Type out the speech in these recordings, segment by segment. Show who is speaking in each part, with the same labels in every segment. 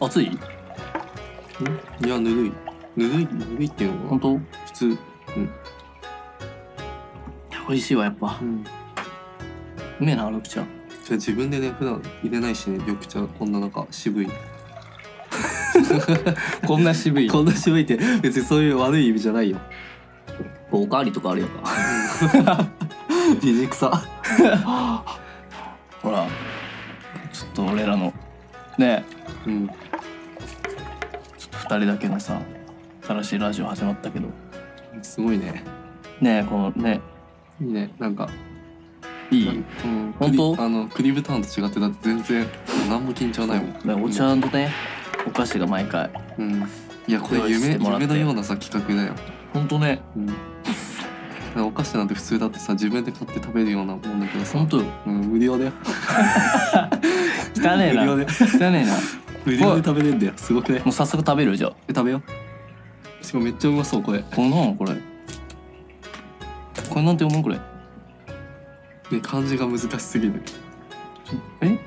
Speaker 1: 暑い
Speaker 2: んいや、ぬるい。ぬるい、ぬるいっていうの
Speaker 1: 本当
Speaker 2: は、
Speaker 1: い
Speaker 2: 普通。
Speaker 1: や美味しいわやっぱ
Speaker 2: うん。
Speaker 1: うめえな緑茶
Speaker 2: じゃあ自分でね、普段入れないしね、緑茶、こんななんか渋い。
Speaker 1: こんな渋い
Speaker 2: こんな渋いって、別にそういう悪い意味じゃないよ。
Speaker 1: おかわりとかあるやんか
Speaker 2: じじくさ。
Speaker 1: ほらちょっと俺らのね
Speaker 2: うん。
Speaker 1: ちょっと2人だけのさ新しいラジオ始まったけど
Speaker 2: すごいね。
Speaker 1: ねえこのね
Speaker 2: いいね。なんか、
Speaker 1: いい
Speaker 2: うん、
Speaker 1: 本当
Speaker 2: クリあのクリブタウンと違ってだって全然何も緊張ないもん、
Speaker 1: ねお茶とねお菓子が毎回
Speaker 2: うん、いやこれ
Speaker 1: 用意し
Speaker 2: 夢
Speaker 1: てもらって
Speaker 2: 夢のようなさ企画だよ、
Speaker 1: ほんとね
Speaker 2: うん、お菓子なんて普通だってさ自分で買って食べるようなもんだけど
Speaker 1: ほ
Speaker 2: さ
Speaker 1: ん、と
Speaker 2: うん、無料だよ
Speaker 1: 汚ねえな
Speaker 2: 無料
Speaker 1: 汚
Speaker 2: で
Speaker 1: ねえなも
Speaker 2: 無料で食べれるんだよすごくね
Speaker 1: う早速食べるじゃあ
Speaker 2: え食べようしかもめっちゃうまそうこれ
Speaker 1: これなんこれこれなんて読むんこれ
Speaker 2: ね漢字が難しすぎる
Speaker 1: え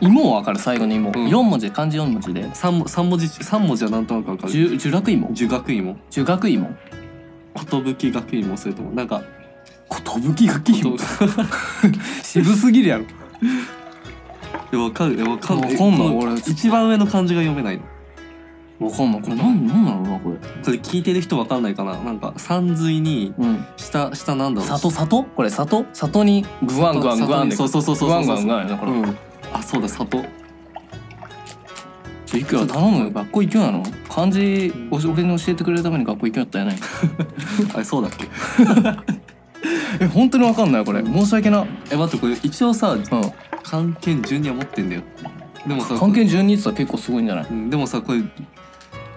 Speaker 1: 芋は分かる最後の芋、
Speaker 2: うん
Speaker 1: 四文字漢字四文字で
Speaker 2: 三文三文字三文字はなんとなくわかる
Speaker 1: 十楽芋
Speaker 2: 儒学芋
Speaker 1: 十楽芋
Speaker 2: 寿学芋それともなんか
Speaker 1: 寿楽芋 渋すぎるやろ
Speaker 2: えわかるえわかんな
Speaker 1: わかんな
Speaker 2: い
Speaker 1: い
Speaker 2: えこの
Speaker 1: 俺
Speaker 2: 一番上の漢字が読めないの
Speaker 1: わかんないこれなんなんだろうなこれ
Speaker 2: これ聞いてる人わかんないかななんか山水に
Speaker 1: うん
Speaker 2: 下下なんだろう
Speaker 1: 里里これ里里にグワングワングワンで
Speaker 2: そうそうそうそう
Speaker 1: グワ
Speaker 2: そう
Speaker 1: ング
Speaker 2: そう
Speaker 1: ワングワンやなこれ、
Speaker 2: うんあそうだ里
Speaker 1: いくら頼むよ学校行くよなの漢字おし俺に教えてくれるために学校行くよったやない
Speaker 2: あれそうだっけ
Speaker 1: え本当にわかんないこれ申し訳なうん
Speaker 2: え待ってこれ一応さ漢検順には持ってんだよでもさ
Speaker 1: 関係順にって言ったら結構すごいんじゃない
Speaker 2: うんでもさこれ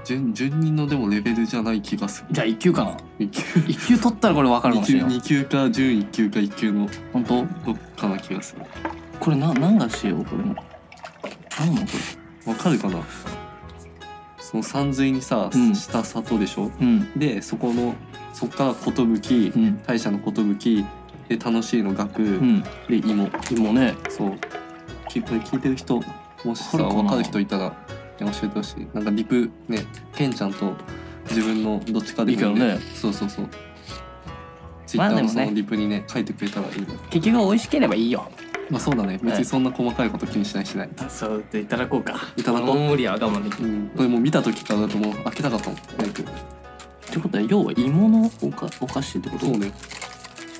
Speaker 2: 順順人のでもレベルじゃない気がする
Speaker 1: じゃあ一級かな
Speaker 2: 1級
Speaker 1: 一級取ったらこれわかるかもしれない
Speaker 2: 2級か準1級か1級の
Speaker 1: 本当
Speaker 2: どっかな気がする
Speaker 1: これな何がしようこれの何なのこ
Speaker 2: わかるかなその山水にさ、
Speaker 1: うん
Speaker 2: 下里でしょ
Speaker 1: れうん
Speaker 2: でそこのそっから寿、
Speaker 1: うん
Speaker 2: 大社の寿で楽しいの学、
Speaker 1: うん
Speaker 2: で芋
Speaker 1: 今ね
Speaker 2: そうきこれ聞いてる人もし
Speaker 1: わか
Speaker 2: さ
Speaker 1: るかな
Speaker 2: 分かる人いたら、ね教えてほしいなんかリプねケンちゃんと自分のどっちかで
Speaker 1: いいけどね
Speaker 2: そうそうそうツイ
Speaker 1: ま
Speaker 2: ッ
Speaker 1: あ
Speaker 2: タ
Speaker 1: で
Speaker 2: ー
Speaker 1: も
Speaker 2: の
Speaker 1: ね
Speaker 2: そのリプにね書いてくれたらいいね
Speaker 1: 結局美味しければいいよ
Speaker 2: まあそうだね別
Speaker 1: ね
Speaker 2: にそんな細かいこと気にしないしない、
Speaker 1: そうでいただこうか
Speaker 2: いただこう
Speaker 1: 無理は我慢でき
Speaker 2: うん、これもう見た時からだともう開けたかったもん早く
Speaker 1: ってことは要は芋のおかお菓子ってこと
Speaker 2: そうね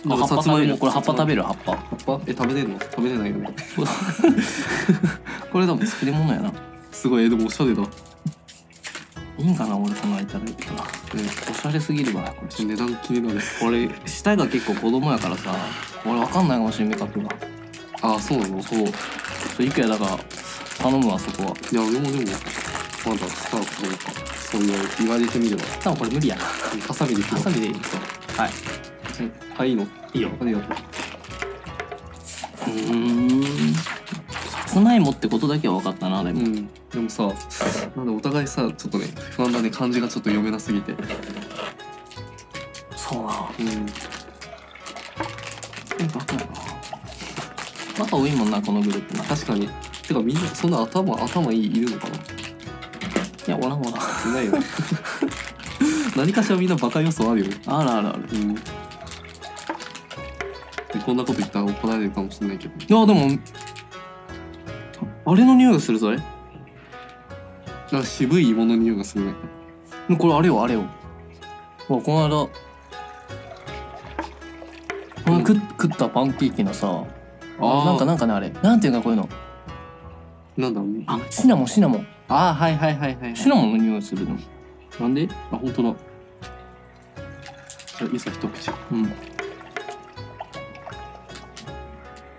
Speaker 1: あ葉っぱ食べるこれ葉っぱ食べ
Speaker 2: る
Speaker 1: る葉っぱ
Speaker 2: 葉っぱえ食べれるの 食べれないよね
Speaker 1: これでも作り物やな
Speaker 2: すごいえでもおしゃれだ、ね、
Speaker 1: いいんかな俺このいただいてなおしゃれすぎるわこれ
Speaker 2: 値段気になる
Speaker 1: 俺舌が結構子供やからさ俺わかんないかもしれん味覚が
Speaker 2: あそうなのそうい
Speaker 1: そういくらだから頼むわそこは
Speaker 2: や俺もでもまだスタートとかそういう言われてみれば
Speaker 1: 多分これ無理やな
Speaker 2: ハサミで切ろう
Speaker 1: ハサミでいいはい
Speaker 2: うんあいいの
Speaker 1: いいよ
Speaker 2: ありがとう
Speaker 1: うーんさつまいもってことだけは分かったなで
Speaker 2: う
Speaker 1: も、
Speaker 2: んでもさなんでお互いさちょっとね不安だね漢字がちょっと読めなすぎて
Speaker 1: そうな
Speaker 2: うん
Speaker 1: なんか分かるな仲多いもんなこのグループない
Speaker 2: 確かにてかみんなそんな頭頭いいいるのかな
Speaker 1: やおらんおらんあ
Speaker 2: い ないよね何かしらみんなバカ予想あるよね
Speaker 1: るあるある
Speaker 2: うんでこんなこと言ったら怒られるかもしれないけど
Speaker 1: いやでもあれの匂いがするぞあれ
Speaker 2: なんか渋い芋の匂いがするね
Speaker 1: これあれよあれよわこの間この食食ったパンケーキのさ
Speaker 2: ー
Speaker 1: なんかなんかねあれなんていうかこういうの
Speaker 2: なんだろう
Speaker 1: あシナモンシナモン
Speaker 2: あーはいはいはいはいはい
Speaker 1: シナモンの匂いするのなんで
Speaker 2: あ本当だじゃあいざ一口
Speaker 1: うん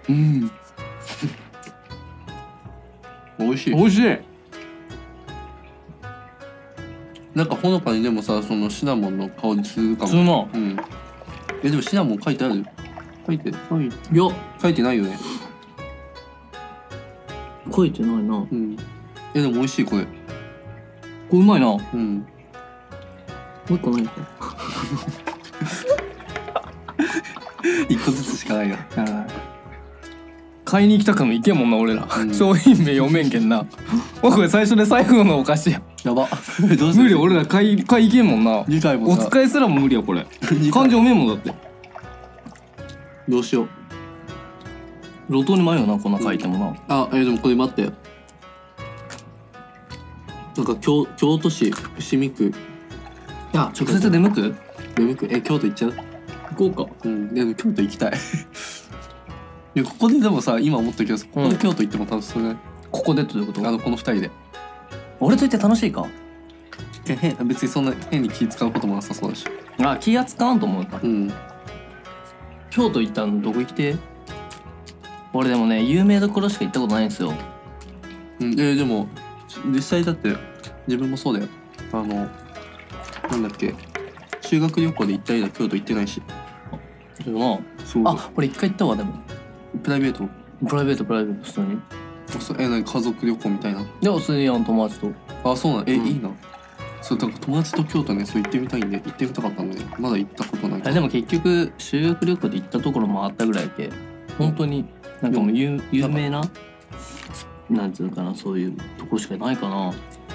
Speaker 2: うん。美味しい。
Speaker 1: 味しい
Speaker 2: なんかほのかにでもさ、そのシナモンの香りするか
Speaker 1: 普
Speaker 2: も。
Speaker 1: 通の
Speaker 2: うん。え、でもシナモン書いてある書いて、書い
Speaker 1: いや
Speaker 2: 書いてないよね。
Speaker 1: 書いてないなこ
Speaker 2: うん。え、でも美味しい、これ。
Speaker 1: れうまいなも
Speaker 2: うん。
Speaker 1: う一個ないんだ
Speaker 2: 一個ずつしかないよ。
Speaker 1: はい買いに行きたくても行けんもんな俺ら、
Speaker 2: うん
Speaker 1: 商品名読めんけんな おいこれ最初で最後のお菓子や
Speaker 2: やば
Speaker 3: どうする
Speaker 1: 無理俺ら買い買い行けんもんな
Speaker 2: 次回も
Speaker 1: お
Speaker 2: さ
Speaker 1: 使いすらも無理やこれ
Speaker 2: 次
Speaker 1: 漢
Speaker 2: 回
Speaker 1: 字読めんもんだって
Speaker 2: どうしよう
Speaker 1: 路頭に迷うなこんな書いてもな、
Speaker 2: あえでもこれ待ってなんか京京都市伏見区あ
Speaker 1: 直接出向く
Speaker 2: 読みくえ京都行っちゃう
Speaker 1: 行こうか
Speaker 2: うんでも京都行きたい いやここででもさ今思ったけどここで京都行っても楽しそうじゃない、
Speaker 1: ここでということ
Speaker 2: あのこの二人で
Speaker 1: 俺といて楽しいか
Speaker 2: いや変別にそんな変に気使うこともなさそうだし
Speaker 1: あ気圧かんと思うか
Speaker 2: うん
Speaker 1: 京都行ったのどこ行きてえ俺でもね有名どころしか行ったことないんですよ
Speaker 2: うん、えーでも実際だって自分もそうだよあのなんだっけ修学旅行で行った以来京都行ってないし
Speaker 1: でも
Speaker 2: そう
Speaker 1: なあ俺一回行ったわでも
Speaker 2: プライベート
Speaker 1: プライベートプライベート普通に
Speaker 2: そうえー、なんか家族旅行みたいな
Speaker 1: でも普通にあの友達と
Speaker 2: あそうなのえ、
Speaker 1: うん
Speaker 2: いいなそうだから友達と京都ねそう行ってみたいんで行ってみたかったんでまだ行ったことない
Speaker 1: あでも結局修学旅行で行ったところもあったぐらいで本当になんかもう有有名ななんつうのかなそういうところしかないかな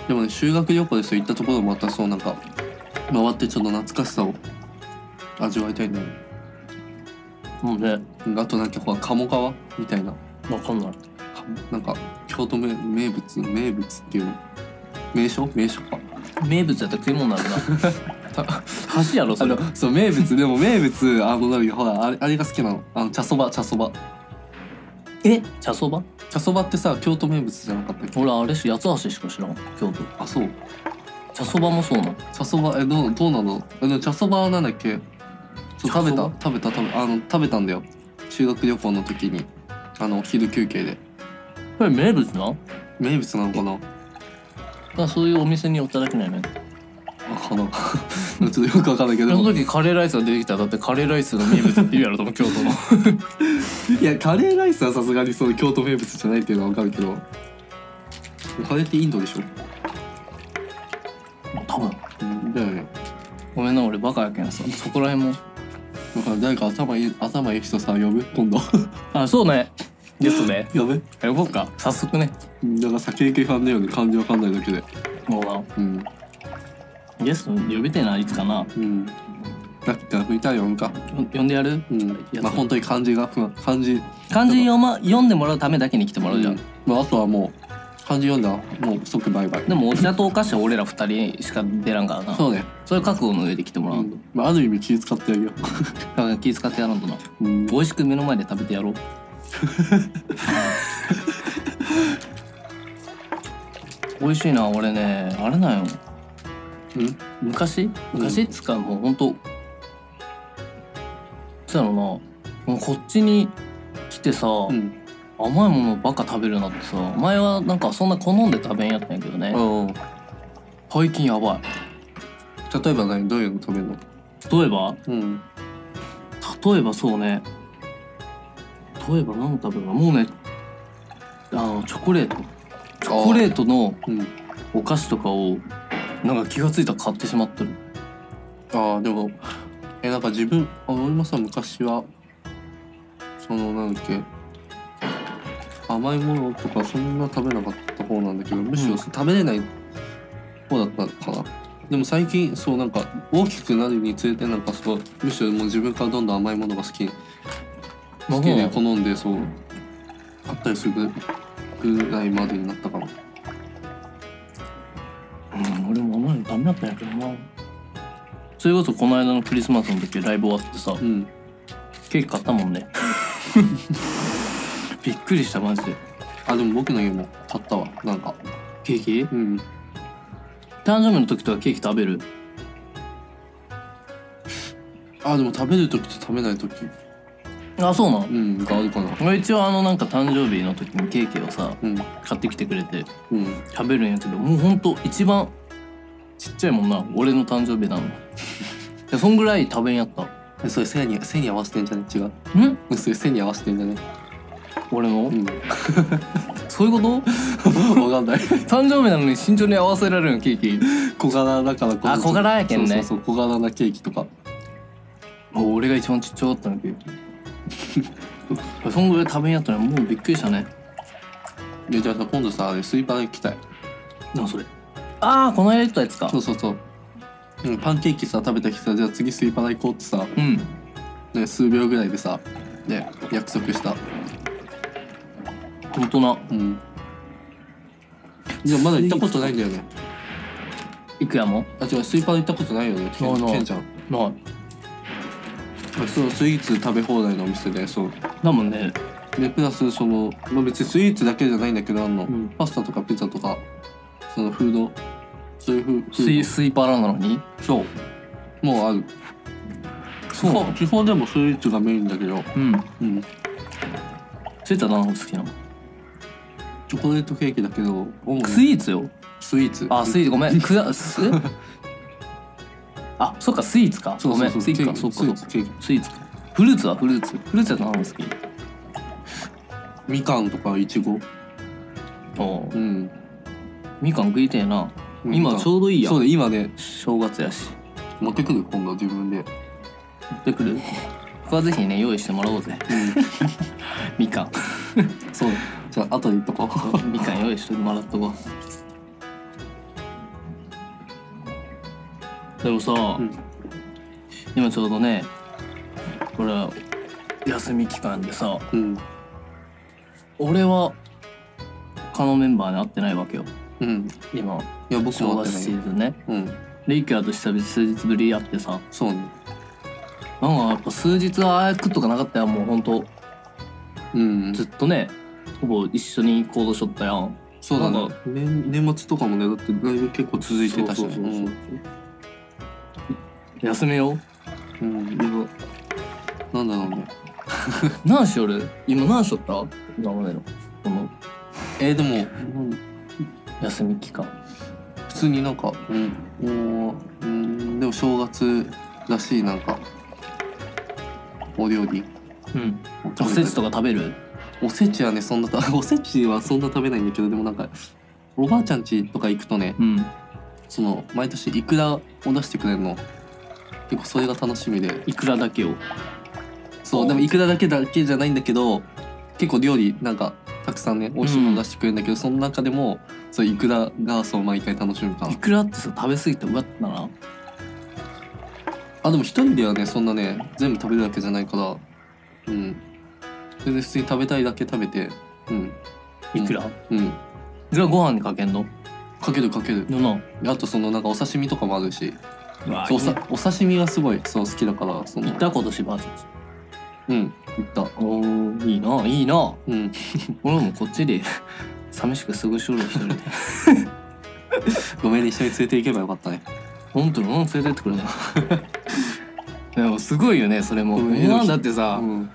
Speaker 2: でもね修学旅行でそう行ったところもまたそうなんか回ってちょっと懐かしさを味わいたいな
Speaker 1: もうね
Speaker 2: うんあとなんかほら鴨川みたいな
Speaker 1: 分かんない
Speaker 2: なんか京都名名物名物っていうの名所名所か
Speaker 1: 名物やったら食い物になるな た橋やろそ
Speaker 2: あ
Speaker 1: れ
Speaker 2: の
Speaker 1: は
Speaker 2: そう名物でも名物あのなんかほらあれあれが好きなのあの茶そば茶そば
Speaker 1: え茶そば
Speaker 2: 茶そばってさ京都名物じゃなかったっけ
Speaker 1: 俺あれし八つ橋しか知らん京都
Speaker 2: あそう
Speaker 1: 茶そばもそうなの
Speaker 2: 茶そばえどうどうなのえでも茶そばはなんだっけそう
Speaker 1: 茶そ
Speaker 2: 食
Speaker 1: ば
Speaker 2: べた食べた食べあの食べたんだよ修学旅行の時にあのお昼休憩で
Speaker 1: これ名物なだか
Speaker 2: 名物なのかな
Speaker 1: らそういうお店に寄っただけないね
Speaker 2: あかな ちょっとよくわかんないけ
Speaker 1: そ
Speaker 2: ど
Speaker 1: の時カレーライスが出てきたらだってカレーライスの名物って言うやろと思う京都の
Speaker 2: いやカレーライスはさすがにその京都名物じゃないっていうのはわかるけどカレーってインドでしょ
Speaker 1: 多分
Speaker 2: うんだよね
Speaker 1: ごめんな俺バカやけんさそこら辺も
Speaker 2: だから誰か頭いい頭いい人さ呼ぶ今度
Speaker 1: あそうねゲストね
Speaker 2: 呼ぶ
Speaker 1: 呼ぼうか早速ね
Speaker 2: うんだから酒行きファンだよね漢字わかんないだけで
Speaker 1: もうな
Speaker 2: うん
Speaker 1: ゲスト呼びてえないつかな
Speaker 2: うんだって拭いたら呼ぶか
Speaker 1: よ呼んでやる
Speaker 2: うんまあ本当に漢字が不安漢字
Speaker 1: 漢字読,、ま、読んでもらうためだけに来てもらうじゃん、
Speaker 2: うんまあ、あとはもう漢字読んだらもう即バイバイ
Speaker 1: でもお茶とお菓子は俺ら二人しか出らんからな
Speaker 2: そうね、
Speaker 1: そういう覚悟の上で来てもら
Speaker 2: う
Speaker 1: わんと、
Speaker 2: んまあ、ある意味気使ってあげよ
Speaker 1: だから気遣ってやらんとな
Speaker 2: う、うん
Speaker 1: 美味しく目の前で食べてやろう 美味しいな俺ねあれなんよ 昔昔っつうかもうほんとつうやろなもうこっちに来てさ、
Speaker 2: うん
Speaker 1: 甘いものばっか食べるようになってさ前はなんかそんな好んで食べんやったんやけどね、
Speaker 2: うん
Speaker 1: 最近やばい
Speaker 2: 例えば何どういうの食べるの
Speaker 1: 例えば
Speaker 2: うん
Speaker 1: 例えばそうね例えば何食べるかなもうねあのチョコレートチョコレートの
Speaker 2: うん
Speaker 1: お菓子とかをなんか気がついたら買ってしまってる
Speaker 2: ああでもえなんか自分あ俺もさ昔はそのなんだっけ甘いものとかそんな食べなかった方なんだけどむしろ
Speaker 1: うん
Speaker 2: 食べれない方だったのかな、でも最近そうなんか大きくなるにつれてなんかそうむしろもう自分からどんどん甘いものが好き好きで
Speaker 1: あ
Speaker 2: 好んでそうあったりするぐらいまでになったかな
Speaker 1: うん俺も甘いのダメだったんやけどなそれこそこの間のクリスマスの時ライブ終わってさ
Speaker 2: うん
Speaker 1: ケーキ買ったもん ねびっくりしたマジで
Speaker 2: あでも僕の家も買ったわなんか
Speaker 1: ケーキ
Speaker 2: うん
Speaker 1: 誕生日の時とかケーキ食べる
Speaker 2: あでも食べる時と食べない時
Speaker 1: あそうなの
Speaker 2: うんがあるかな
Speaker 1: 俺一応あのなんか誕生日の時にケーキをさ
Speaker 2: うん
Speaker 1: 買ってきてくれて
Speaker 2: うん
Speaker 1: 食べるんやけどもうほんと一番ちっちゃいもんな俺の誕生日な のいやそんぐらい食べんやった
Speaker 2: えそれ背に背に合わせてんじゃね違うんえそれ背に合わせてんじゃね
Speaker 1: 俺の、
Speaker 2: うん
Speaker 1: そういうこと
Speaker 2: わかんない
Speaker 1: 誕生日なのに慎重に合わせられるのケーキ
Speaker 2: 小柄だからこそ
Speaker 1: あ小柄やけんね
Speaker 2: そうそうそう小柄なケーキとか
Speaker 1: もう俺が一番ちっちゃかったのケーキ そんぐらい食べんやったらもうびっくりしたね
Speaker 2: いやじゃあさ今度さあれスイパー行きたい
Speaker 1: なそれああこの間言ったやつか
Speaker 2: そうそうそううんパンケーキさ食べた日さじゃあ次スイパー行こうってさ、
Speaker 1: うん
Speaker 2: ね、数秒ぐらいでさね約束した
Speaker 1: 本当な
Speaker 2: うんでもまだ行ったことないんだよね
Speaker 1: いくやも
Speaker 2: あ違うスイパー行ったことないよねケ
Speaker 1: ない
Speaker 2: ン
Speaker 1: ない
Speaker 2: ケンちゃん
Speaker 1: ない
Speaker 2: そうスイーツ食べ放題のお店でそう
Speaker 1: だもんね
Speaker 2: でプラスその、まあ、別にスイーツだけじゃないんだけどあの、
Speaker 1: ん
Speaker 2: パスタとかピザとかそのフードそういうフーフ
Speaker 1: スイ
Speaker 2: ー
Speaker 1: スイパーランドなのに
Speaker 2: ドそうもうある基
Speaker 1: うなの
Speaker 2: 本基本でもスイーツがメインだけど、
Speaker 1: うん
Speaker 2: うん、
Speaker 1: スイーツは何の好きなの
Speaker 2: チョコレートケーキだけど主に
Speaker 1: スイーツよ
Speaker 2: スイーツ
Speaker 1: あスイーツごめん くだすあそっかスイーツか
Speaker 2: そう
Speaker 1: ご
Speaker 2: そ
Speaker 1: め
Speaker 2: うんそう
Speaker 1: スイーツか
Speaker 2: ケ
Speaker 1: そ
Speaker 2: ー
Speaker 1: っ
Speaker 2: キ
Speaker 1: かそっか
Speaker 2: スイーツケーキ
Speaker 1: スイーツかフルーツはフルーツフルーツは何の好き
Speaker 2: みかんとかいちご
Speaker 1: おー
Speaker 2: うん
Speaker 1: みかん食いてえな今ち
Speaker 2: う
Speaker 1: ょうどい
Speaker 2: ど
Speaker 1: いや
Speaker 2: そうんだ今ね
Speaker 1: 正月やし
Speaker 2: 持ってくる今度自分で、
Speaker 1: 持ってくる僕はぜひね用意してもらおうぜ
Speaker 2: うん、
Speaker 1: みかん
Speaker 2: そうじゃあ後で行っとこう
Speaker 1: みかん用意しといてもらっとこうでもさ、
Speaker 2: ん
Speaker 1: 今ちょうどねこれ休み期間でさ
Speaker 2: うん
Speaker 1: 俺は他のメンバーに会ってないわけよ
Speaker 2: うん
Speaker 1: 今
Speaker 2: いや僕
Speaker 1: 正
Speaker 2: も会っ
Speaker 1: 月
Speaker 2: て
Speaker 1: シ
Speaker 2: ない
Speaker 1: ーズンね
Speaker 2: うん
Speaker 1: でイケアと久々数日ぶりに会ってさ
Speaker 2: そうね
Speaker 1: なんかやっぱ数日はああくっとかなかったやんもうほんと
Speaker 2: うん
Speaker 1: ずっとねほぼ一緒に行動しとったやん
Speaker 2: そうだ
Speaker 1: なん
Speaker 2: ね
Speaker 1: か
Speaker 2: 年年末とかもねだってライブ結構続いてたしね
Speaker 1: そうそうそうそう
Speaker 2: う
Speaker 1: 休めようん
Speaker 2: うん今なんだろうね
Speaker 1: 何しよる今何しとった今までのこの
Speaker 2: えー、でも
Speaker 1: 休み期間
Speaker 2: 普通になんか、うん、もう、うん、でも正月らしいなんかお料理
Speaker 1: うんおせちとか食べる
Speaker 2: おせちはねそんなた おせちはそんな食べないんだけどでもなんかおばあちゃん家とか行くとね
Speaker 1: うん
Speaker 2: その毎年イクラを出してくれるの結構それが楽しみで
Speaker 1: いくらだけを
Speaker 2: そうでもイクラだけだけじゃないんだけど結構料理なんかたくさんね美味しいもの出してくれるんだけど、その中でもそうイクラがそう毎回楽しみかない
Speaker 1: くらってさ食べ過ぎてうわってならん
Speaker 2: あでも一人ではねそんなね全部食べるわけじゃないからうん全然普通に食べたいだけ食べてうん
Speaker 1: いくら、
Speaker 2: うん
Speaker 1: いくらご飯にかけんの
Speaker 2: かけるかける
Speaker 1: よな
Speaker 2: あとそのなんかお刺身とかもあるし
Speaker 1: そ
Speaker 2: そうう
Speaker 1: さ
Speaker 2: さお刺身がすごいそう好きだからその
Speaker 1: 行ったことしばあちゃんち
Speaker 2: うん行った
Speaker 1: おーいいないいな
Speaker 2: うん
Speaker 1: 俺もこっちで 寂しく過ごしよる一 人で
Speaker 2: ごめんね一緒に連れて行けばよかったね
Speaker 1: 本当に何連れてってくれない でもすごいよねそれも、
Speaker 2: うん
Speaker 1: 今だってさ、
Speaker 2: うん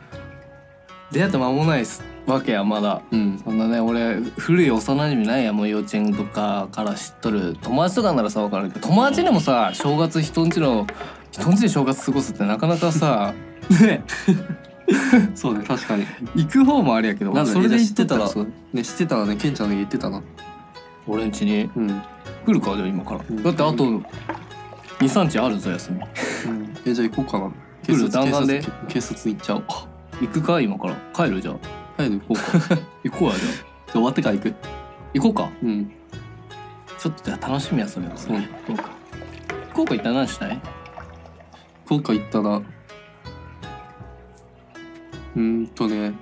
Speaker 1: 出会って間もないすわけやまだ
Speaker 2: うん
Speaker 1: そんなね俺古い幼馴染ないやもう幼稚園とかから知っとる友達とかならさ分かるけど友達でもさ正月人んちの人んちで正月過ごすってなかなかさね
Speaker 2: そうね確かに
Speaker 1: 行く方もあれやけど
Speaker 2: なんだ
Speaker 1: それで
Speaker 2: ね
Speaker 1: 行ってたら
Speaker 2: 知そうね知ってたらねケンちゃんの家行ってたな
Speaker 1: 俺んちに
Speaker 2: うん、うん、
Speaker 1: 来るかじゃあ今から、
Speaker 2: ん
Speaker 1: だってあと23日あるぞ休み
Speaker 2: えじゃあ行こうかな
Speaker 1: 来る弾丸で
Speaker 2: 警察警察に行っちゃおう
Speaker 1: 行くか今から帰るじゃあ
Speaker 2: 帰る行こうかじゃ
Speaker 1: 行こうやじゃあ
Speaker 2: あ終わってから行く
Speaker 1: 行こうか
Speaker 2: うん
Speaker 1: ちょっとじゃあ楽しみやそれは
Speaker 2: そうね
Speaker 1: 行こうか福岡行ったら何したい
Speaker 2: 福岡行ったらうーんとね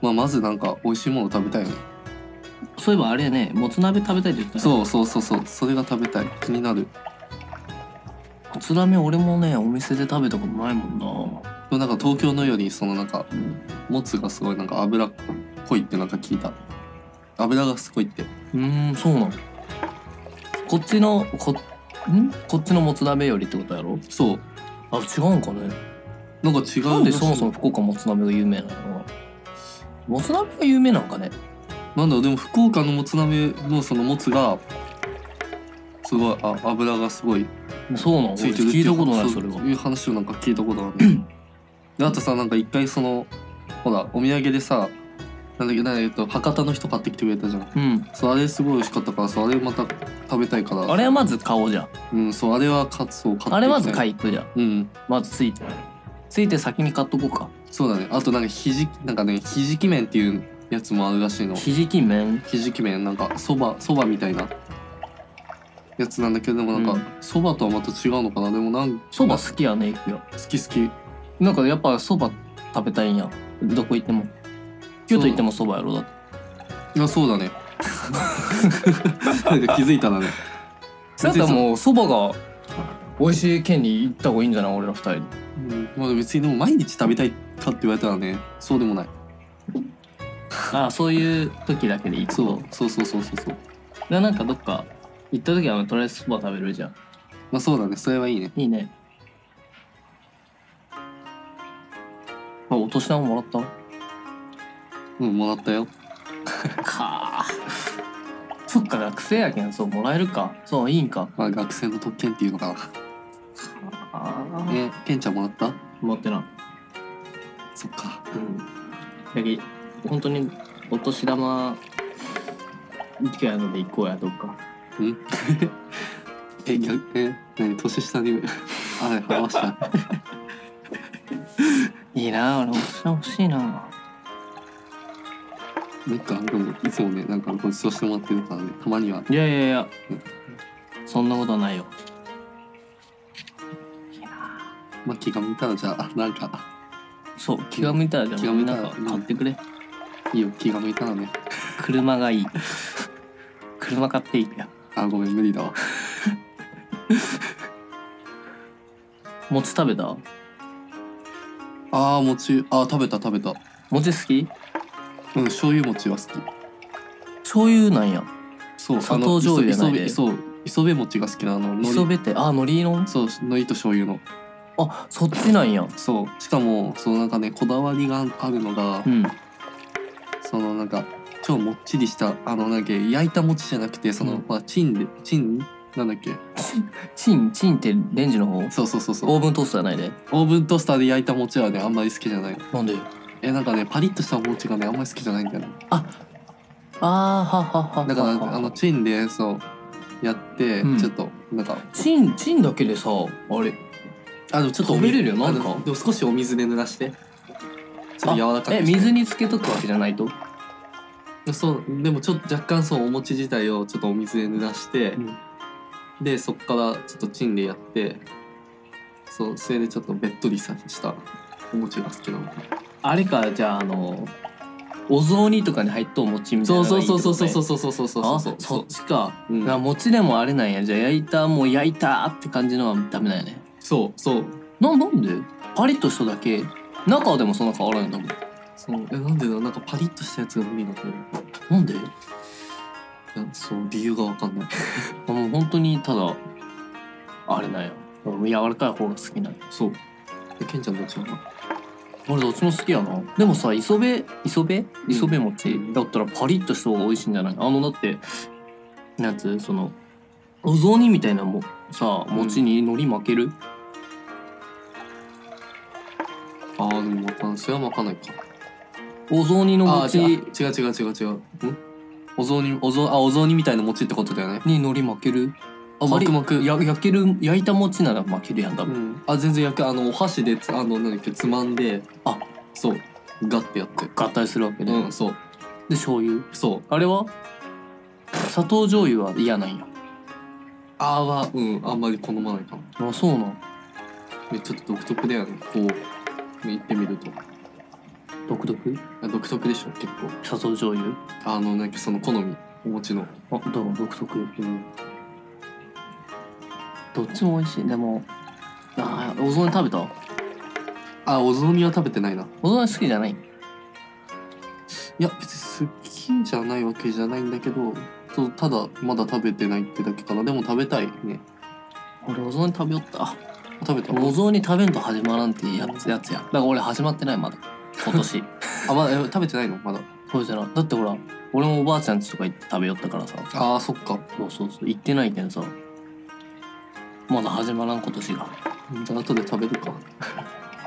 Speaker 2: まあまずなんか美味しいもの食べたいよね
Speaker 1: そういえばあれやねもつ鍋食べたいって言ってたね
Speaker 2: そうそうそうそうそれが食べたい気になる
Speaker 1: もつ鍋俺もねお店で食べたことないもんな
Speaker 2: でもなんか東京のよりそのなんかもつがすごいなんか脂っこいってなんか聞いた油がすごいって
Speaker 1: うーんそうなのこっちのこんこっちのもつ鍋よりってことやろ
Speaker 2: そう
Speaker 1: あ違うんかね
Speaker 2: なんか違う
Speaker 1: なんでそもそ
Speaker 2: も
Speaker 1: も福岡もつ鍋が有名なのかなもつ鍋が有名なんかね
Speaker 2: なんだろうでも福岡のもつ鍋のそのもつがすごいあ油がすごい
Speaker 1: そうなの
Speaker 2: ついてるっ
Speaker 1: 聞
Speaker 2: てい
Speaker 1: いうたことないそ
Speaker 2: そ
Speaker 1: うれは
Speaker 2: いう話をなんか聞いたことあ るねであとさなんか一回そのほらお土産でさなんだっけなんだっけえっと博多の人買ってきてくれたじゃん
Speaker 1: うん
Speaker 2: そうあれすごい美味しかったからそうあれまた食べたいから
Speaker 1: あれはまず買おうじゃん
Speaker 2: うんそうあれはカツを買ってきて
Speaker 1: あれまず買い行くじゃん
Speaker 2: うん
Speaker 1: まずついてついて先に買っとこうか
Speaker 2: そうだねあとなんかひじきなんかねひじき麺っていうやつもあるらしいの
Speaker 1: ひじき麺
Speaker 2: ひじき麺なんかそばそばみたいなやつなんだけどでもなん
Speaker 1: う
Speaker 2: か
Speaker 1: ん
Speaker 2: そば、とはまた違うのかなでもなんか
Speaker 1: そば
Speaker 2: 好
Speaker 1: 好きやねいくよ
Speaker 2: き好き
Speaker 1: なんかやっぱそば食べたいんやどこ行っても京都行ってもそばやろだって
Speaker 2: いやそうだね なんか気づいたらね
Speaker 4: それだったらもうそばが美味しい県に行った方がいいんじゃない俺ら二人
Speaker 2: うんまあ別にでも毎日食べたいかって言われたらねそうでもない
Speaker 1: ああそういう時だけで行く
Speaker 2: そう
Speaker 1: と
Speaker 2: そうそうそうそうそう
Speaker 1: でなんかどっか行った時はとりあえずそば食べるじゃん
Speaker 2: まあそうだねそれはいいね
Speaker 1: いいねあお年玉もらった
Speaker 2: うんもらったよ
Speaker 1: かあそっか学生やけんそうもらえるかそういいんか
Speaker 2: まあ学生の特権っていうのか
Speaker 1: あ
Speaker 2: なえケンちゃんもらった
Speaker 1: 持ってな
Speaker 2: そっか
Speaker 1: うんだけど本当にお年玉いくらやので行こうやどっか
Speaker 2: うん え逆え何年下に あれ払わした
Speaker 1: いいな俺お年玉欲しいな
Speaker 2: なんかでもいつもねなんかごちそうしてもらってるからねたまにはい
Speaker 1: やいやいやそんなことないよいや
Speaker 2: まあ気が向いたらじゃあなんか
Speaker 1: そう気が向いたらじゃあ
Speaker 2: 気が
Speaker 1: み
Speaker 2: 向
Speaker 1: ん
Speaker 2: いた
Speaker 1: なが
Speaker 2: ら
Speaker 1: 買ってくれ
Speaker 2: いいよ気が向いたらね
Speaker 1: 車がいい車買っていいや
Speaker 2: あごめん無理だわ
Speaker 1: 餅食べた
Speaker 2: あー餅あー食べた食べた
Speaker 1: 餅好き
Speaker 2: うん醤油餅は好き
Speaker 1: 醤油なんや
Speaker 2: そう
Speaker 1: 砂糖醤油じゃないで
Speaker 2: そう磯辺餅が好きなあの海苔
Speaker 1: 磯辺ってあ海苔の
Speaker 2: そう海苔と醤油の
Speaker 1: あそっちなんや
Speaker 2: そうしかもそのなんかねこだわりがあるのが、
Speaker 1: うん
Speaker 2: そのなんか超もっちりしたあのなんか焼いた餅じゃなくてその、
Speaker 1: うん
Speaker 2: まあチンでチンなんだっけ
Speaker 1: チンチンってレンジの方
Speaker 2: そうそうそうそう
Speaker 1: オーブントーストじゃないで
Speaker 2: オーブントースターで焼いた餅はねあんまり好きじゃない
Speaker 1: なんで
Speaker 2: えなんかねパリッとしたお餅がねあんまり好きじゃないんだよね
Speaker 1: あーはははは
Speaker 2: だから
Speaker 1: はは
Speaker 2: あのチンでそうやって、
Speaker 1: うん
Speaker 2: ちょっとなんか
Speaker 1: チンチンだけでさあれ
Speaker 2: あでもちょっとお
Speaker 1: 食べ
Speaker 2: 水
Speaker 1: れるよなんか
Speaker 2: あでも少しお水で濡らしてちょっと柔らかくして
Speaker 1: え水につけとくわけじゃないと
Speaker 2: そうでもちょっと若干そうお餅自体をちょっとお水で濡らして、
Speaker 1: うん
Speaker 2: でそこからちょっとチンでやってそうそれでちょっとべっとりさしたお餅が好きなの
Speaker 1: あれかじゃああのお雑煮とかに入っとう餅みたいな
Speaker 2: そ
Speaker 1: のがい
Speaker 2: うそ
Speaker 1: ういってこと
Speaker 2: そうそう
Speaker 1: ね
Speaker 2: そうそうそうそうそうそう
Speaker 1: あそっちか,、
Speaker 2: うん
Speaker 1: な餅でもあれなんやじゃあ焼いたもう焼いたって感じのはダメだよね
Speaker 2: そうそう
Speaker 1: ななんでパリッとしただけ中はでもそんな変わらないんだもん
Speaker 2: そうえなんでだなんかパリッとしたやつが無理なんだよね
Speaker 1: なんで
Speaker 2: いやそう理由がわかんない
Speaker 1: もう本当にただあれなんやもう柔らかい方が好きなんや
Speaker 2: そうえケンちゃんどっちなの
Speaker 1: 俺どっちも好きやなでもさ磯辺磯辺磯辺餅、
Speaker 2: うん
Speaker 1: だったらパリッとした方が美味しいんじゃないあのだってなんつうそのお雑煮みたいなもんさ
Speaker 2: うん
Speaker 1: 餅に海苔負ける、
Speaker 2: あーでもわかんないそれはわかんないか
Speaker 1: お雑煮の
Speaker 2: あー違
Speaker 1: 餅
Speaker 2: う違う違う違うんお雑煮お雑あお雑煮みたいな餅ってことだよね
Speaker 1: に海苔負ける
Speaker 2: あ
Speaker 1: パリ
Speaker 2: 巻く巻く
Speaker 1: や焼ける焼いた餅なら負けるやん多
Speaker 2: う
Speaker 1: 分、
Speaker 2: ん、あ全然焼くあのお箸でつあのなんだっけつまんで
Speaker 1: あ
Speaker 2: そうガッてやって
Speaker 1: 合体するわけで、
Speaker 2: う
Speaker 1: で
Speaker 2: んそう
Speaker 1: 醤油
Speaker 2: そう
Speaker 1: あれは砂糖醤油は嫌なんや
Speaker 2: あーはうんあんまり好まないかも
Speaker 1: あそうなん
Speaker 2: ねちょっと独特だよねこうね言ってみるとあ
Speaker 1: 独特
Speaker 2: 独特でしょ結構
Speaker 1: 砂糖醤油
Speaker 2: あのなんかその好みお餅の
Speaker 1: あどうも独特
Speaker 2: うん
Speaker 1: どっちも美味しいでもあーお雑煮食べた
Speaker 2: あお雑煮は食べてないな
Speaker 1: お雑煮好きじゃない
Speaker 2: いや別に好きじゃないわけじゃないんだけどそうただまだ食べてないってだけかなでも食べたいね
Speaker 1: 俺お雑煮食べよった
Speaker 2: 食べた
Speaker 1: お雑煮食べんと始まらんってやつやつやだから俺始まってないまだ今 年
Speaker 2: あまだえ食べてないのまだ
Speaker 1: そうじゃなだってほら俺もおばあちゃんちとか行って食べよったからさ
Speaker 2: あーそっか
Speaker 1: そうそうそう行ってないけんさまだ始まらん今年が
Speaker 2: じゃあ後で食べるか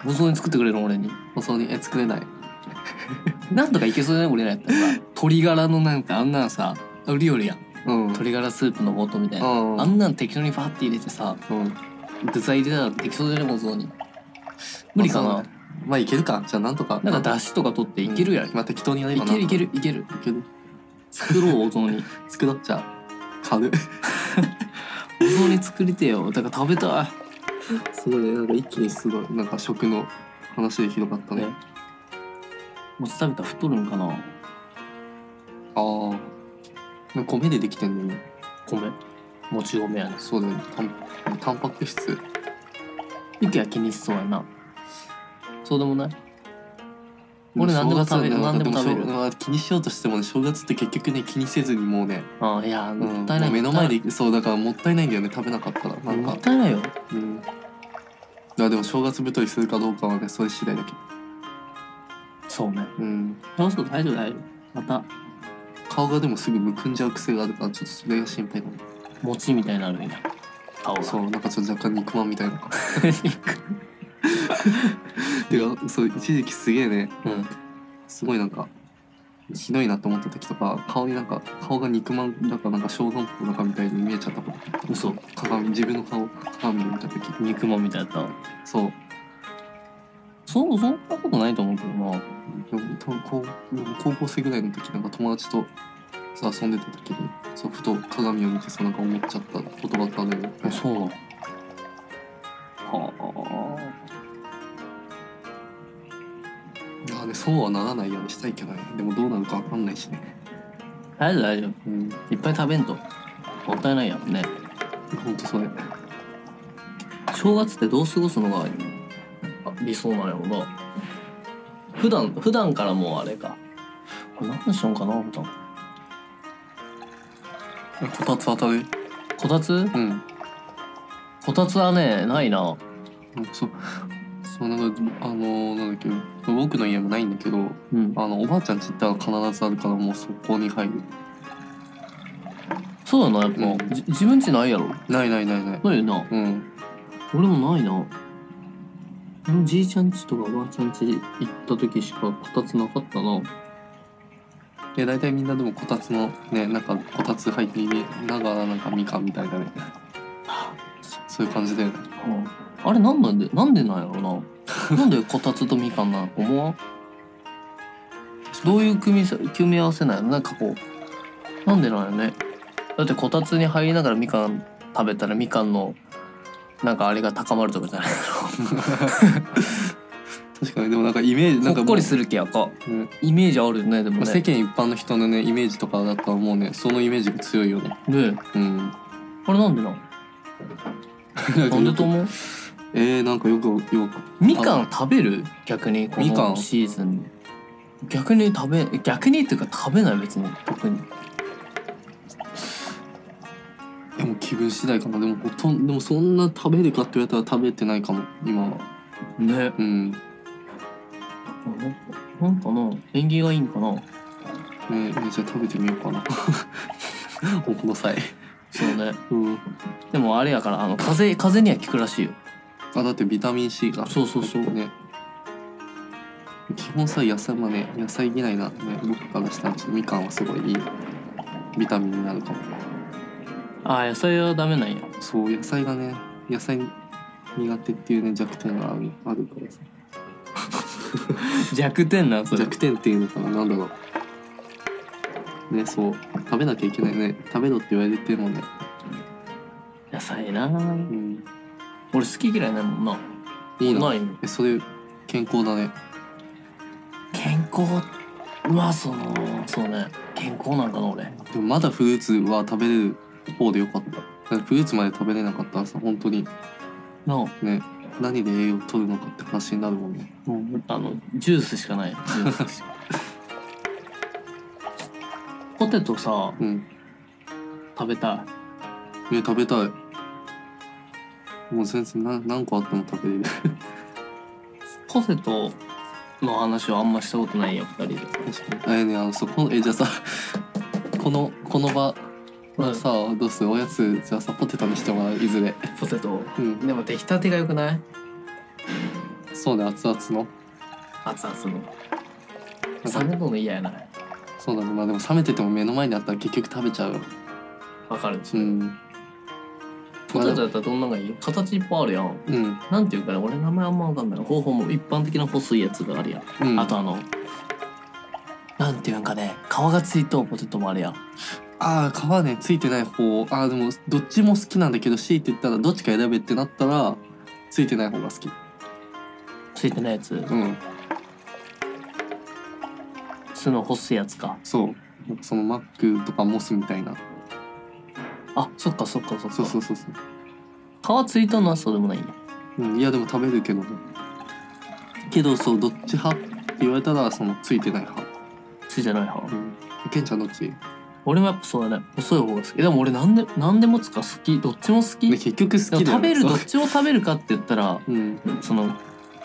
Speaker 1: お雑煮作ってくれる俺に
Speaker 2: お雑煮え作れない
Speaker 1: なんとかいけそうじゃない俺らやったらさ鶏ガラのなんかあんなんさ売りよりやん
Speaker 2: うん
Speaker 1: 鶏ガラスープの素みたいな
Speaker 2: うん
Speaker 1: あんなん適当にファーって入れてさ
Speaker 2: うん
Speaker 1: 具材入れたらできそうじゃないお雑煮無理かな、
Speaker 2: まあそうねまあいけるかじゃあなんとか
Speaker 1: なんか出汁とか取っていけるやん、
Speaker 2: まあ適当にやれ
Speaker 1: い
Speaker 2: ばな
Speaker 1: けるいけ
Speaker 2: る
Speaker 1: るいける
Speaker 2: いける
Speaker 1: 作ろう大人に
Speaker 2: 作ろうじゃあ 買う
Speaker 1: 大人に作りてえよだから食べたい
Speaker 2: すごいねなんか一気にすごいなんか食の話でひどかったね
Speaker 1: ね餅食べたら太るんかな
Speaker 2: ああ米でできてんのよね
Speaker 1: 米もち米やね
Speaker 2: そうだよねたんタンパク質
Speaker 1: ゆきは気にしそうやなそうでもない俺何でも食べる
Speaker 2: 正月は
Speaker 1: 何
Speaker 2: ね
Speaker 1: でも食べる
Speaker 2: でも正月気にしようとしてもね正月って結局ね気にせずにもうね、
Speaker 1: あいや
Speaker 2: うん
Speaker 1: もったいない、
Speaker 2: もう目の前でそうだからもったいないんだよね食べなかったらなん
Speaker 1: もっ
Speaker 2: か
Speaker 1: たいないよ
Speaker 2: うんだからでも正月太りするかどうかはねそれ次第だけど
Speaker 1: そうね
Speaker 2: うん
Speaker 1: そうそう大丈夫大丈夫また
Speaker 2: 顔がでもすぐむくんじゃう癖があるからちょっとそれが心配だね
Speaker 1: 餅みたいになるんや顔が
Speaker 2: そううなんかちょっと若干肉まんみたいな てかそう一時期すげえね
Speaker 1: ん
Speaker 2: すごいなんかひどいなと思った時とか顔になんか顔が肉まんだかなんか小籠包だかみたいに見えちゃったことがあった
Speaker 1: 嘘
Speaker 2: 鏡自分の顔鏡で見た時
Speaker 1: 肉まんみたいだった
Speaker 2: そう
Speaker 1: そうそんなことないと思うけどな
Speaker 2: でも多分高高校生ぐらいの時なんか友達とさ遊んでた時にそうふと鏡を見てそうなんか思っちゃったことがあったんだよね
Speaker 1: あそうなのは
Speaker 2: まあねそうはならないようにしたいけどねでもどうなるかわかんないしね
Speaker 1: あ大丈夫大丈
Speaker 2: うん
Speaker 1: 夫いっぱい食べんともったいないやんね
Speaker 2: ほんとそれ
Speaker 1: 正月ってどう過ごすのがあ理想なのよな普段普段からもうあれかこれ何しようかな普段
Speaker 2: こたつ当たる
Speaker 1: こたつ
Speaker 2: うん
Speaker 1: こたつはねないな
Speaker 2: なんかそうそうなんかあのーなんだっけ僕の家もないんだけど
Speaker 1: うん
Speaker 2: あのおばあちゃんち行ったら必ずあるからもうそこに入る
Speaker 1: そうだなやっぱ、
Speaker 2: うん
Speaker 1: じ自分ちないやろ
Speaker 2: ないないないない
Speaker 1: ないよな
Speaker 2: うん
Speaker 1: 俺もないな俺もじいちゃんちとかばあちゃんち行った時しかこたつなかったな
Speaker 2: で大体みんなでもこたつのねなんかこたつ入ってながらなんかみかんみたいなねそういう感じで
Speaker 1: うんあれなんなんでなんでなんやろな なんでこたつとみかんなのか思わんどういう組みさ組み合わせなんやろなんかこうなんでなんやろねだってこたつに入りながらみかん食べたらみかんのなんかあれが高まるとかじゃない
Speaker 2: 確かにでもなんかイメージなん
Speaker 1: ほっ
Speaker 2: かも
Speaker 1: こ
Speaker 2: う
Speaker 1: りするけやか
Speaker 2: うん
Speaker 1: イメージあるよねでも
Speaker 2: 世
Speaker 1: ね
Speaker 2: 間一般の人のねイメージとかだったらもうねそのイメージが強いよね
Speaker 1: ね
Speaker 2: うん
Speaker 1: あれなんでなんなんでと思う
Speaker 2: えー、なんかよくよく
Speaker 1: みかん食べる逆にこ
Speaker 2: みか
Speaker 1: の
Speaker 2: ん
Speaker 1: シーズン逆に食べ逆にっていうか食べない別に特に
Speaker 2: でも気分次第かなでもほとんでもそんな食べるかって言われたら食べてないかも今は
Speaker 1: ね
Speaker 2: うんね
Speaker 1: なんかな縁起がいいんかな
Speaker 2: えーじゃあ食べてみようかな おこの際
Speaker 1: そうね
Speaker 2: うん
Speaker 1: でもあれやからあの風邪風邪には効くらしいよ
Speaker 2: あだってビタミン C が
Speaker 1: そうそうそう
Speaker 2: ね基本さ野菜まあね野菜嫌いな、ね、僕からしたらちょっとみかんはすごいいいビタミンになるかも
Speaker 1: ああ野菜はダメなんや
Speaker 2: そう野菜がね野菜苦手っていうね弱点があるあるからさ
Speaker 1: 弱点なんそれ
Speaker 2: 弱点っていうのかななんだろうねそう食べなきゃいけないね食べろって言われてもね
Speaker 1: 野菜な
Speaker 2: うん
Speaker 1: 俺好き嫌いないもんない
Speaker 2: いの
Speaker 1: ないの
Speaker 2: えそれ健康だね
Speaker 1: 健康はそのそうね健康なんかな俺
Speaker 2: でもまだフルーツは食べれる方でよかっただからフルーツまで食べれなかったらさ本当に
Speaker 1: の
Speaker 2: ね何で栄養取るのかって話になるもんね
Speaker 1: もうあのジュースしかないジュースしか ポテトさ
Speaker 2: うん
Speaker 1: 食べたい
Speaker 2: え食べたいもう全然何何個あっても食べれる
Speaker 1: ポテトの話はあんましたことないよ二人で
Speaker 2: 確かにえねあのそうこのえじゃあさ このこの場
Speaker 1: うん
Speaker 2: さあどうするおやつじゃあさポテトにしてもらういずれ
Speaker 1: ポテト
Speaker 2: うん
Speaker 1: でも出来たてが良くない
Speaker 2: そうね熱々の
Speaker 1: 熱々の
Speaker 2: なんか
Speaker 1: 冷めるのが嫌やな
Speaker 2: そうだねまあでも冷めてても目の前にあったら結局食べちゃうよ
Speaker 1: わかる
Speaker 2: うん
Speaker 1: ポテトやったらどんなのがいい形いっぱいあるやん
Speaker 2: うん
Speaker 1: なんていうかね俺名前あんま分かんない方法も一般的な細いやつがあるやん
Speaker 2: うん
Speaker 1: あとあの、なんていうんかね、皮がついとうポテトもあるやん。
Speaker 2: ああ皮ねついてない方ああでもどっちも好きなんだけど C って言ったらどっちか選べってなったらついてない方が好き
Speaker 1: ついてないやつ。
Speaker 2: うん
Speaker 1: 酢の干すやつか。
Speaker 2: そうそのマックとかモスみたいな
Speaker 1: あ、そっかそっかそっか。
Speaker 2: そうそうそうそう
Speaker 1: 皮ついとうのはそうでもないんや。
Speaker 2: うん、いやでも食べるけどねけどそうどっち派って言われたらそのついてない派、
Speaker 1: ついてない派。
Speaker 2: うん、ケンちゃんどっち、ね、
Speaker 1: 俺もやっぱそうだね。細い方が好き。でも俺なんで、なんでもつか好き。どっちも好き。
Speaker 2: 結局好
Speaker 1: でも
Speaker 2: きだよ
Speaker 1: 食べる、
Speaker 2: そ
Speaker 1: ど
Speaker 2: う
Speaker 1: っちを食べるかって言ったら、
Speaker 2: うん
Speaker 1: その、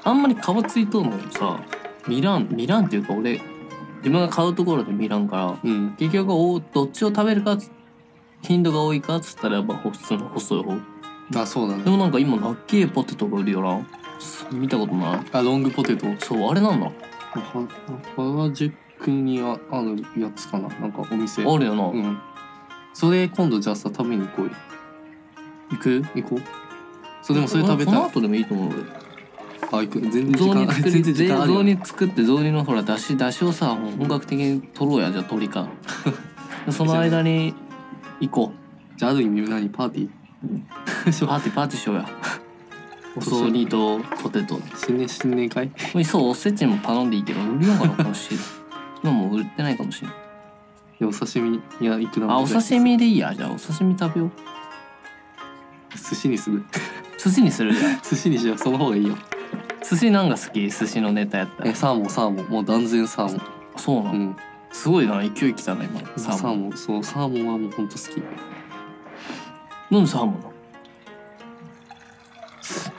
Speaker 1: あんまり皮ついとうのさ、見らん、見らんっていうか俺、自分が買うところで見らんから、
Speaker 2: うん
Speaker 1: 結局おどっちを食べるかつ頻度が多いかっつったらやっぱ普通の細い方
Speaker 2: あそうだ
Speaker 1: で
Speaker 2: ね
Speaker 1: もなんか今ナッキーポテトが売るよなす見たことない
Speaker 2: あロングポテト
Speaker 1: そうあれなんだ
Speaker 2: は原宿にああるやつかななんかお店
Speaker 1: あるよな、
Speaker 2: うんそれ今度じゃあさ食べに行こうよ
Speaker 1: 行く
Speaker 2: 行こうそうでもそれ食べ
Speaker 1: この
Speaker 2: たい
Speaker 1: 後でもいいと思う俺
Speaker 2: あ行く全然時
Speaker 1: 雑
Speaker 2: 間
Speaker 1: 煮
Speaker 2: あ
Speaker 1: 作
Speaker 2: 全
Speaker 1: り
Speaker 2: 然時間ある
Speaker 1: 雑
Speaker 2: よ
Speaker 1: 煮作って雑煮のほらだしだしをさ本格的に取ろうやじゃあ鶏かその間に行こ
Speaker 2: じゃあある意味何パーティ
Speaker 1: うパーティーパーティーしようやお雑煮とポテト
Speaker 2: ー新年新年会
Speaker 1: そうおせちも頼んでいいけど売るのかな 今週今もう売ってないかもしれない
Speaker 2: いやお刺身いや行くな
Speaker 1: あ、お刺身でいいや。じゃあ、お刺身食べよう。
Speaker 2: 寿司にする
Speaker 1: 寿司にするじゃ ん。
Speaker 2: 寿司にしようその方がいいよ
Speaker 1: 寿司なんか好き寿司のネタやった
Speaker 2: え
Speaker 1: ら。
Speaker 2: サーモンサーモンもう断然サーモ
Speaker 1: そうな
Speaker 2: ンう
Speaker 1: の。
Speaker 2: ん
Speaker 1: すごいな、勢いきたな、今。
Speaker 2: サ
Speaker 1: サ
Speaker 2: ー
Speaker 1: ーモン。
Speaker 2: モンそうサーモンはもうほんと好き
Speaker 1: なんでサーモンなの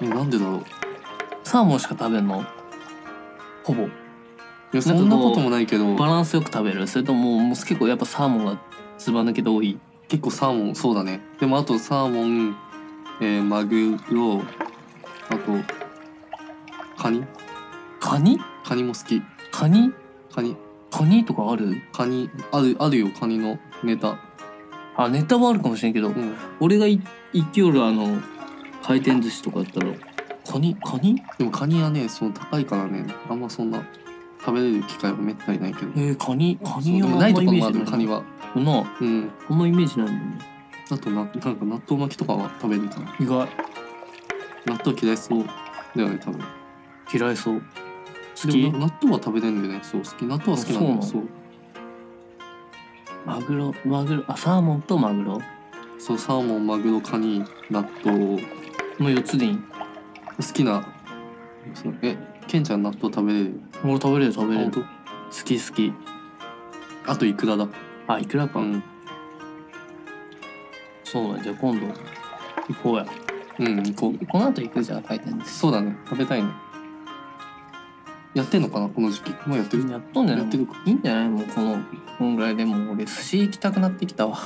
Speaker 2: えなんでだろう
Speaker 1: サーモンしか食べんのほぼ。
Speaker 2: いやそんなこともないけど
Speaker 1: バランスよく食べるそれとも、もう結構やっぱサーモンがずば抜けて多い。
Speaker 2: 結構サーモンそうだねでもあとサーモン、えーマグロあとカニ
Speaker 1: カニ
Speaker 2: カニも好き
Speaker 1: カニ
Speaker 2: カニ
Speaker 1: カニとかある
Speaker 2: カニあるあるよカニのネタ
Speaker 1: あ、ネタはあるかもしれんけど、
Speaker 2: うん
Speaker 1: 俺がい行きよるあの、回転寿司とかやったら、カニカニ
Speaker 2: でもカニはねその高いからねあんまそんな食べれる機会はめったにないけど
Speaker 1: えー、カニカ
Speaker 2: そう
Speaker 1: ニはあ
Speaker 2: でも
Speaker 1: ん
Speaker 2: な
Speaker 1: ま
Speaker 2: いとこ
Speaker 1: イメ
Speaker 2: もあ
Speaker 1: ージ
Speaker 2: るカニ
Speaker 1: ない。
Speaker 2: は
Speaker 1: な、
Speaker 2: うん
Speaker 1: あんまイメージないもんね。
Speaker 2: あとななんか納豆巻きとかは食べるかな
Speaker 1: 意外。
Speaker 2: 納豆嫌いそうだよね多分
Speaker 1: 嫌いそう好
Speaker 2: で
Speaker 1: き
Speaker 2: もな納豆は食べれるんだよねそう好き納豆は好きなんだよ
Speaker 1: あ
Speaker 2: そ
Speaker 1: そうマグロマグロあサーモンとマグロ
Speaker 2: そうサーモンマグロカニ納豆
Speaker 1: の4つでいい
Speaker 2: 好きなそうえケンちゃん納豆食べれる
Speaker 1: 俺食べれる食べれる
Speaker 2: 本
Speaker 1: 好
Speaker 2: 当
Speaker 1: き好き
Speaker 2: あとイクラだ
Speaker 1: あいくらか、
Speaker 2: うん
Speaker 1: そうだじゃあ今度行こうや
Speaker 2: うん行こう
Speaker 1: この後行くじゃん回転寿司
Speaker 2: そうだね食べたいねやってんのかなこの時期もうやってる
Speaker 1: やっとんじゃな
Speaker 2: やって
Speaker 1: い
Speaker 2: るか
Speaker 1: いいんじゃないもうこのこんぐらいでもう俺寿司行きたくなってきたわ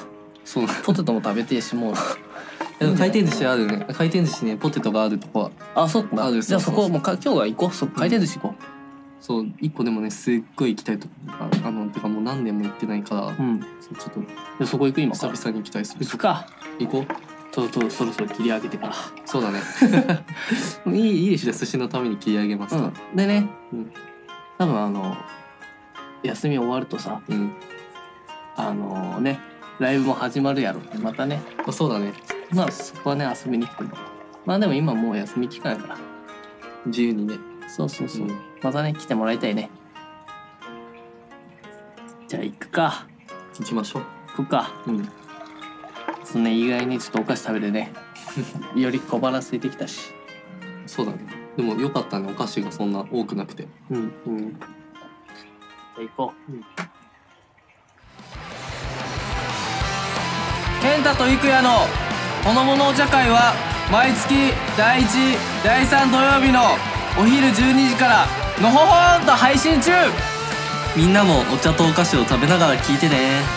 Speaker 2: そう
Speaker 1: ポテトも食べてえしもう
Speaker 2: でも回転寿司あるね回転寿司ねポテトがあるとこは
Speaker 1: あそっ
Speaker 2: あ
Speaker 1: か
Speaker 2: る
Speaker 1: じゃあ
Speaker 2: そ
Speaker 1: そう
Speaker 2: そう
Speaker 1: こもうか今日は行こうそっか回転寿司行こ
Speaker 2: そう一個でもねすっごい行きたいとこああのてかもう何年も行ってないから
Speaker 1: ううんじ
Speaker 2: そうちょっと
Speaker 1: ゃあそこ行く今から
Speaker 2: 久々に行きたいです
Speaker 1: 行くか
Speaker 2: 行こう
Speaker 1: とうとうそろそろ切り上げてから
Speaker 2: そうだねいいいいですね寿司のために切り上げますか
Speaker 1: うん、でね、
Speaker 2: うん
Speaker 1: 多分あの休み終わるとさ
Speaker 2: らうん、
Speaker 1: あのねライブも始まるやろってまたね
Speaker 2: まあ、そうだね
Speaker 1: まあそこはね遊びに来てもまあでも今もう休み期間やから
Speaker 2: 自由にね
Speaker 1: そうそうそう、
Speaker 2: うん
Speaker 1: またね来てもらいたいねじゃあ行くか
Speaker 2: 行きましょう
Speaker 1: 行くか
Speaker 2: うん
Speaker 1: そのね意外にちょっとお菓子食べてね より小腹空いてきたし
Speaker 2: そうだねでもよかったねお菓子がそんな多くなくて
Speaker 1: うん
Speaker 2: うん
Speaker 1: じゃあ行こう、
Speaker 2: うん
Speaker 4: 健太と郁也のほのぼのお茶会は毎月第1第3土曜日のお昼12時からのほほーんと配信中
Speaker 2: みんなもお茶とお菓子を食べながら聞いてね